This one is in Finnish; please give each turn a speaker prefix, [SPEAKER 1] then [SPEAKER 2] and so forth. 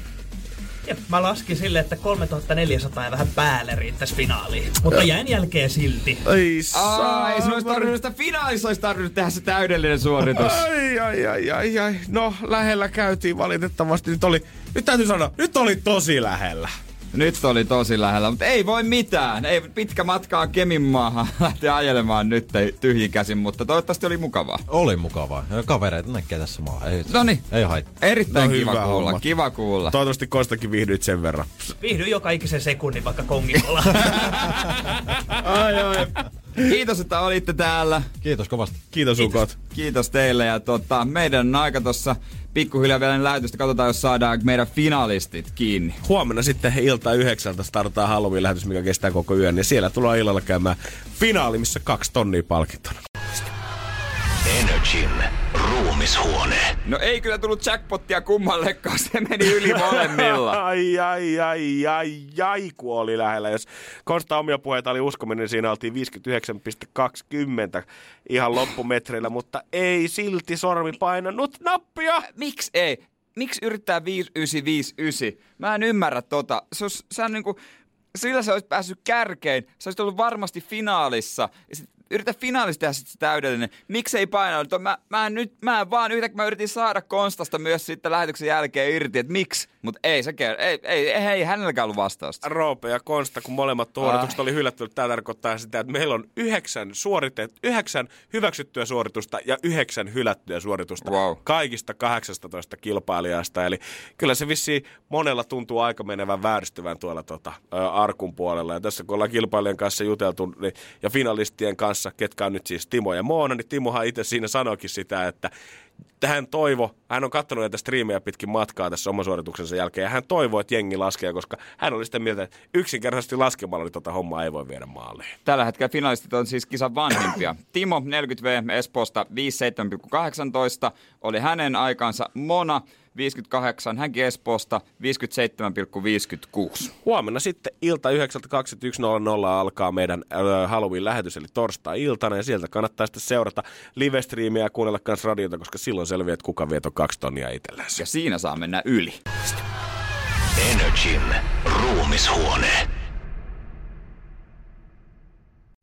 [SPEAKER 1] Ja mä laskin sille, että 3400 ja vähän päälle riittäisi finaaliin. Mutta jäin jälkeen silti.
[SPEAKER 2] Ei
[SPEAKER 3] Aa, ei sun olisi tarvinnut sitä finaalissa, olisi tarvinnut tehdä se täydellinen suoritus.
[SPEAKER 2] Ai, ai, ai, ai, ai. No, lähellä käytiin valitettavasti. Nyt oli, nyt täytyy sanoa, nyt oli tosi lähellä.
[SPEAKER 3] Nyt oli tosi lähellä, mutta ei voi mitään. Ei pitkä matkaa Kemin maahan lähteä ajelemaan nyt tyhjin käsin, mutta toivottavasti oli mukavaa.
[SPEAKER 4] Oli mukavaa. Ja Kavereita näkee tässä maahan. Ei,
[SPEAKER 5] No niin.
[SPEAKER 3] Noniin.
[SPEAKER 4] Ei haittaa.
[SPEAKER 3] Erittäin
[SPEAKER 2] No
[SPEAKER 3] no, kiva
[SPEAKER 2] hyvä
[SPEAKER 3] kuulla,
[SPEAKER 2] homma.
[SPEAKER 3] kiva kuulla.
[SPEAKER 2] Toivottavasti Kostakin viihdyit sen verran.
[SPEAKER 1] Viihdyin joka ikisen sekunnin vaikka kongikolla.
[SPEAKER 3] Ai, ai. Kiitos, että olitte täällä.
[SPEAKER 4] Kiitos kovasti.
[SPEAKER 2] Kiitos ukot.
[SPEAKER 3] Kiitos teille ja tota, meidän on aika tuossa pikkuhiljaa vielä ennen lähetystä. Katsotaan, jos saadaan meidän finalistit kiinni.
[SPEAKER 2] Huomenna sitten ilta yhdeksältä startaa Halloween-lähetys, mikä kestää koko yön. Ja siellä tullaan illalla käymään finaali, missä kaksi tonnia palkintona.
[SPEAKER 6] Energin ruumishuone.
[SPEAKER 3] No ei kyllä tullut jackpottia kummallekaan, se meni yli molemmilla.
[SPEAKER 2] Ai, ai, ai, ai, ai, kun oli lähellä. Jos Konsta omia puheita oli uskominen, niin siinä oltiin 59,20 ihan loppumetreillä, mutta ei silti sormi painanut nappia.
[SPEAKER 3] Miksi ei? Miksi yrittää 5959? Mä en ymmärrä tota. Se olisi, se on niinku, sillä sä olisit päässyt kärkeen, sä olisit ollut varmasti finaalissa. Ja sit yritä finaalissa tehdä sit se täydellinen. Miksi ei painanut? Mä, mä, en nyt, mä en vaan yhtäkkiä mä yritin saada Konstasta myös sitten lähetyksen jälkeen irti, että miksi? Mutta ei se ker- ei, ei, ei, ei hänelläkään ollut vastausta.
[SPEAKER 2] Roope ja Konsta, kun molemmat suoritukset oli hylätty, tämä tarkoittaa sitä, että meillä on yhdeksän, suoriteet, yhdeksän hyväksyttyä suoritusta ja yhdeksän hylättyä suoritusta
[SPEAKER 3] Wow.
[SPEAKER 2] kaikista 18 kilpailijasta. Eli kyllä se vissiin monella tuntuu aika menevän vääristyvän tuolla tota, ö, arkun puolella. Ja tässä kun ollaan kilpailijan kanssa juteltu niin, ja finalistien kanssa, ketkä on nyt siis Timo ja Moona, niin Timohan itse siinä sanoikin sitä, että hän toivo, hän on katsonut näitä striimejä pitkin matkaa tässä oman suorituksensa jälkeen, ja hän toivoo, että jengi laskee, koska hän oli sitä mieltä, että yksinkertaisesti laskemalla niin tota hommaa ei voi viedä maaliin.
[SPEAKER 3] Tällä hetkellä finalistit on siis kisan vanhempia. Timo 40V Espoosta 57,18 oli hänen aikansa. Mona 58, hänkin Espoosta 57,56.
[SPEAKER 2] Huomenna sitten ilta 9.21.00 alkaa meidän ö, Halloween-lähetys, eli torstai-iltana, ja sieltä kannattaa sitten seurata live-striimiä ja kuunnella myös radiota, koska silloin selviää, että kuka vieto kaksi tonnia itsellensä.
[SPEAKER 3] Ja siinä saa mennä yli.
[SPEAKER 6] Energin ruumishuone.